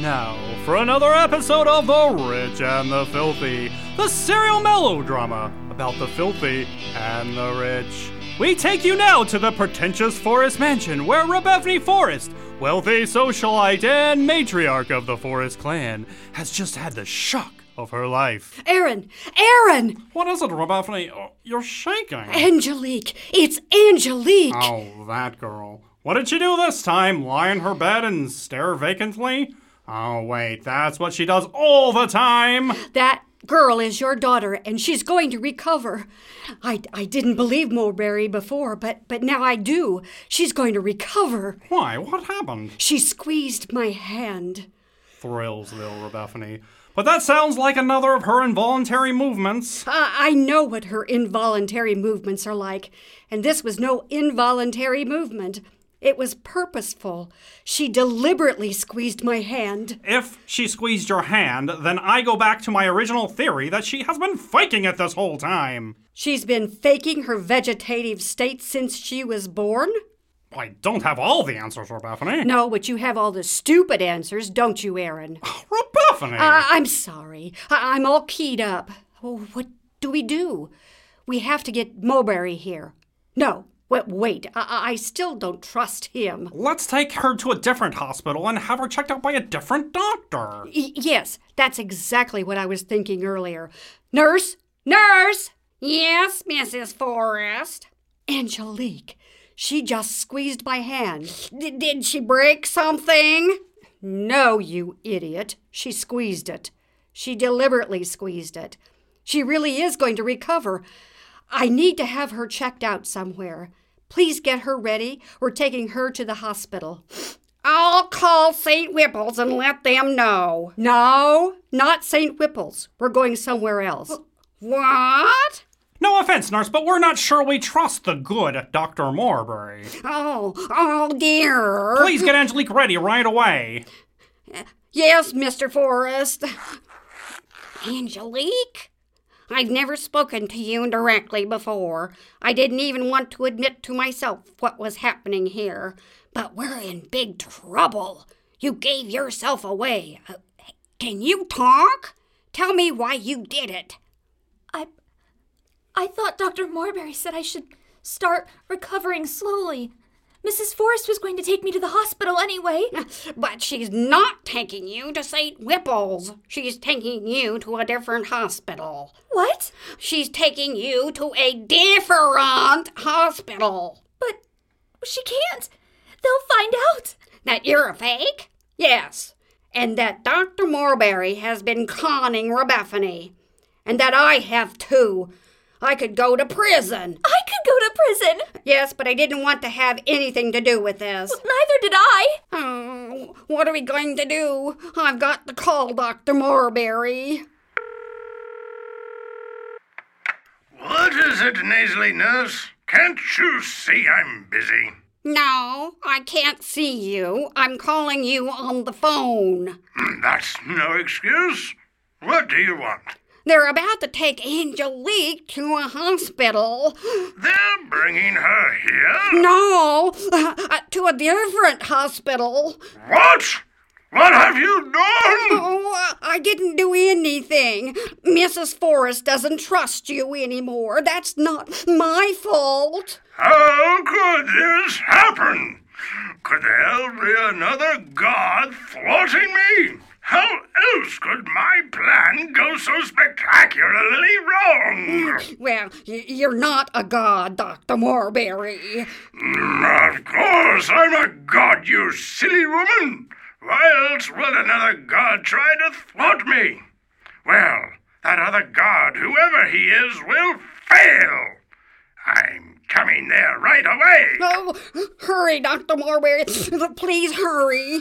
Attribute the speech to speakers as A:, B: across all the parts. A: now for another episode of The Rich and the Filthy, the serial melodrama about the filthy and the rich. We take you now to the pretentious forest mansion where Rebevne Forrest, wealthy socialite and matriarch of the Forest clan, has just had the shock of her life.
B: Aaron! Aaron!
A: What is it, Rebevne? Oh, you're shaking.
B: Angelique! It's Angelique!
A: Oh, that girl. What did she do this time? Lie in her bed and stare vacantly? Oh, wait, that's what she does all the time.
B: That girl is your daughter, and she's going to recover. I, I didn't believe Mulberry before, but, but now I do. She's going to recover.
A: Why? What happened?
B: She squeezed my hand.
A: Thrills little Rebethany. But that sounds like another of her involuntary movements.
B: Uh, I know what her involuntary movements are like, and this was no involuntary movement. It was purposeful. She deliberately squeezed my hand.
A: If she squeezed your hand, then I go back to my original theory that she has been faking it this whole time.
B: She's been faking her vegetative state since she was born?
A: I don't have all the answers, Rebethany.
B: No, but you have all the stupid answers, don't you, Aaron?
A: Rebethany!
B: I- I'm sorry. I- I'm all keyed up. Oh, what do we do? We have to get Mulberry here. No, wait, wait. I, I- I still don't trust him.
A: Let's take her to a different hospital and have her checked out by a different doctor.
B: Y- yes, that's exactly what I was thinking earlier. Nurse, nurse! Yes, Mrs. Forrest. Angelique, she just squeezed my hand. D- did she break something? No, you idiot. She squeezed it. She deliberately squeezed it. She really is going to recover. I need to have her checked out somewhere. Please get her ready. We're taking her to the hospital. I'll call St. Whipple's and let them know. No, not St. Whipple's. We're going somewhere else. What?
A: No offense, nurse, but we're not sure we trust the good Dr. Morbury.
B: Oh, oh dear.
A: Please get Angelique ready right away.
B: Yes, Mr. Forrest. Angelique? I've never spoken to you directly before. I didn't even want to admit to myself what was happening here. But we're in big trouble. You gave yourself away. Uh, Can you talk? Tell me why you did it.
C: I I thought Dr. Morberry said I should start recovering slowly. Mrs. Forrest was going to take me to the hospital anyway.
B: But she's not taking you to St. Whipple's. She's taking you to a different hospital.
C: What?
B: She's taking you to a different hospital.
C: But she can't. They'll find out.
B: That you're a fake? Yes. And that Dr. Morberry has been conning Rebethany. And that I have too. I could go to prison.
C: I could go to prison.
B: Yes, but I didn't want to have anything to do with this.
C: Neither did I.
B: Oh, what are we going to do? I've got to call Dr. Morberry.
D: What is it, Nasally Nurse? Can't you see I'm busy?
B: No, I can't see you. I'm calling you on the phone.
D: Hmm, That's no excuse. What do you want?
B: They're about to take Angelique to a hospital.
D: They're bringing her here?
B: No, uh, to a different hospital.
D: What? What have you done?
B: Oh, I didn't do anything. Mrs. Forrest doesn't trust you anymore. That's not my fault.
D: How could this happen? Could there be another god thwarting me? How else could my plan go so spectacularly wrong?
B: Well, y- you're not a god, Dr. Morberry.
D: Of course, I'm a god, you silly woman! Why else would another god try to thwart me? Well, that other god, whoever he is, will fail! I'm coming there right away!
B: Oh, hurry, Dr. Morberry. Please hurry.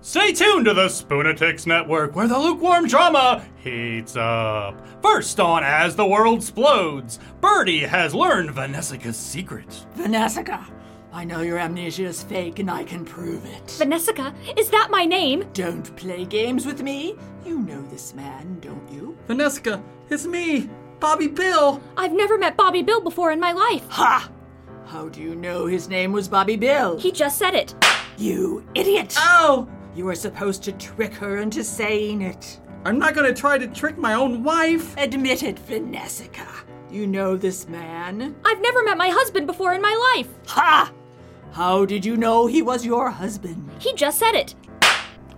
A: Stay tuned to the Spoonatics Network, where the lukewarm drama heats up. First on As the World Splodes, Birdie has learned Vanessa's secret.
E: Vanessica, I know your amnesia is fake and I can prove it.
C: Vanessica, is that my name?
E: Don't play games with me. You know this man, don't you?
F: Vanessa, it's me, Bobby Bill.
C: I've never met Bobby Bill before in my life.
E: Ha! How do you know his name was Bobby Bill?
C: He just said it.
E: you idiot!
A: Uh-
E: Oh! You were supposed to trick her into saying it.
F: I'm not gonna try to trick my own wife.
E: Admit it, Vanessica. You know this man?
C: I've never met my husband before in my life.
E: Ha! How did you know he was your husband?
C: He just said it.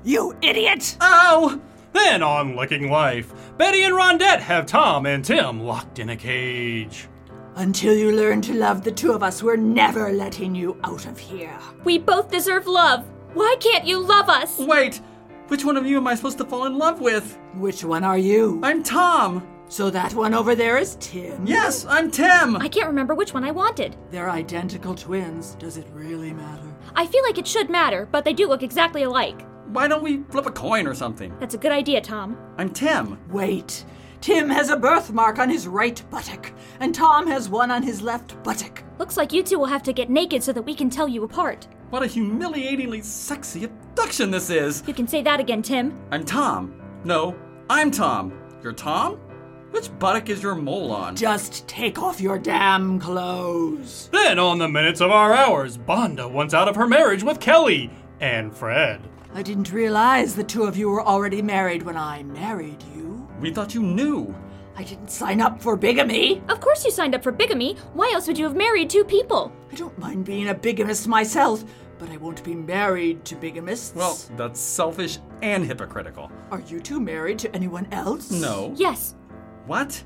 E: You idiot!
F: Ow!
A: Then on Licking Life, Betty and Rondette have Tom and Tim locked in a cage.
E: Until you learn to love the two of us, we're never letting you out of here.
C: We both deserve love. Why can't you love us?
F: Wait, which one of you am I supposed to fall in love with?
E: Which one are you?
F: I'm Tom.
E: So that one over there is Tim.
F: Yes, I'm Tim.
C: I can't remember which one I wanted.
E: They're identical twins. Does it really matter?
C: I feel like it should matter, but they do look exactly alike.
F: Why don't we flip a coin or something?
C: That's a good idea, Tom.
F: I'm Tim.
E: Wait. Tim has a birthmark on his right buttock, and Tom has one on his left buttock.
C: Looks like you two will have to get naked so that we can tell you apart.
F: What a humiliatingly sexy abduction this is.
C: You can say that again, Tim.
F: I'm Tom. No, I'm Tom. You're Tom? Which buttock is your mole on?
E: Just take off your damn clothes.
A: Then on the minutes of our hours, Bonda wants out of her marriage with Kelly and Fred.
E: I didn't realize the two of you were already married when I married you.
F: We thought you knew.
E: I didn't sign up for bigamy.
C: Of course you signed up for bigamy. Why else would you have married two people?
E: I don't mind being a bigamist myself, but I won't be married to bigamists.
F: Well, that's selfish and hypocritical.
E: are you two married to anyone else?
F: No.
C: Yes,
F: What?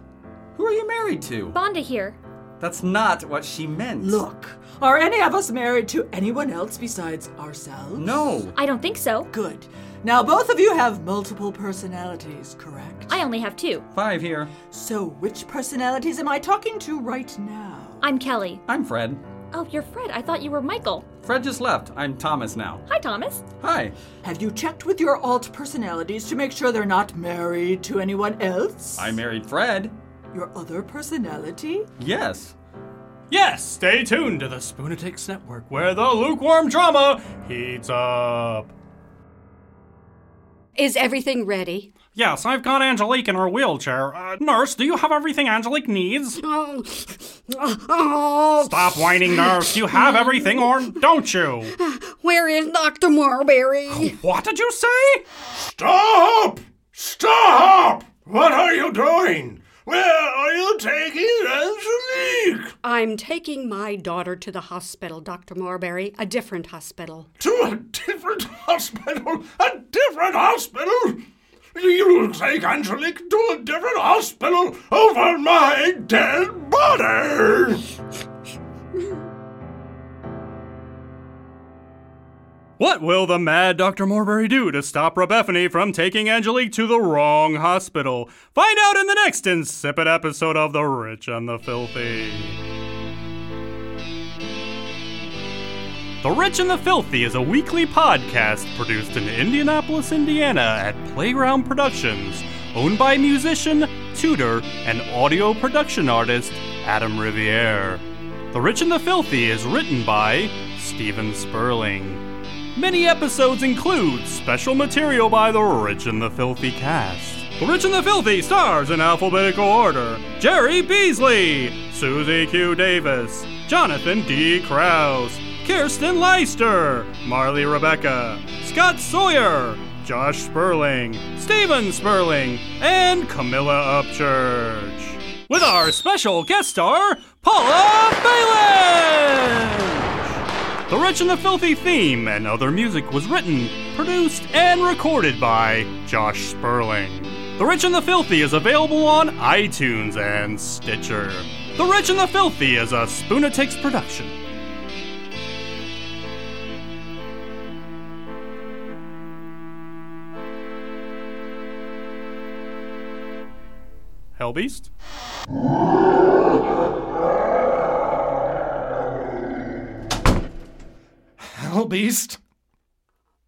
F: Who are you married to?
C: Bonda here.
F: That's not what she meant.
E: Look, are any of us married to anyone else besides ourselves?
F: No.
C: I don't think so.
E: Good. Now, both of you have multiple personalities, correct?
C: I only have two.
F: Five here.
E: So, which personalities am I talking to right now?
C: I'm Kelly.
F: I'm Fred.
C: Oh, you're Fred. I thought you were Michael.
F: Fred just left. I'm Thomas now.
C: Hi, Thomas.
F: Hi.
E: Have you checked with your alt personalities to make sure they're not married to anyone else?
F: I married Fred.
E: Your other personality?
F: Yes.
A: Yes, stay tuned to the Spoonatics Network where the lukewarm drama heats up.
B: Is everything ready?
A: Yes, I've got Angelique in her wheelchair. Uh, nurse, do you have everything Angelique needs?
B: Oh, oh,
A: Stop whining, nurse. You have everything or don't you?
B: where is Dr. Marbury?
A: What did you say?
D: Stop! Stop! What are you doing? Where are you taking Angelique?
B: I'm taking my daughter to the hospital, Dr. Marbury, a different hospital.
D: To a different hospital? A different hospital? You'll take Angelique to a different hospital over my dead body!
A: What will the mad Dr. Morbury do to stop Rebephany from taking Angelique to the wrong hospital? Find out in the next insipid episode of The Rich and the Filthy. The Rich and the Filthy is a weekly podcast produced in Indianapolis, Indiana at Playground Productions, owned by musician, tutor, and audio production artist Adam Riviere. The Rich and the Filthy is written by Stephen Sperling. Many episodes include special material by the Rich and the Filthy cast. The Rich and the Filthy stars in alphabetical order Jerry Beasley, Susie Q. Davis, Jonathan D. Krause, Kirsten Leister, Marley Rebecca, Scott Sawyer, Josh Sperling, Steven Sperling, and Camilla Upchurch. With our special guest star, Paula Balin! The Rich and the Filthy theme and other music was written, produced, and recorded by Josh Sperling. The Rich and the Filthy is available on iTunes and Stitcher. The Rich and the Filthy is a Spoonatics production. Hellbeast?
D: Hell beast.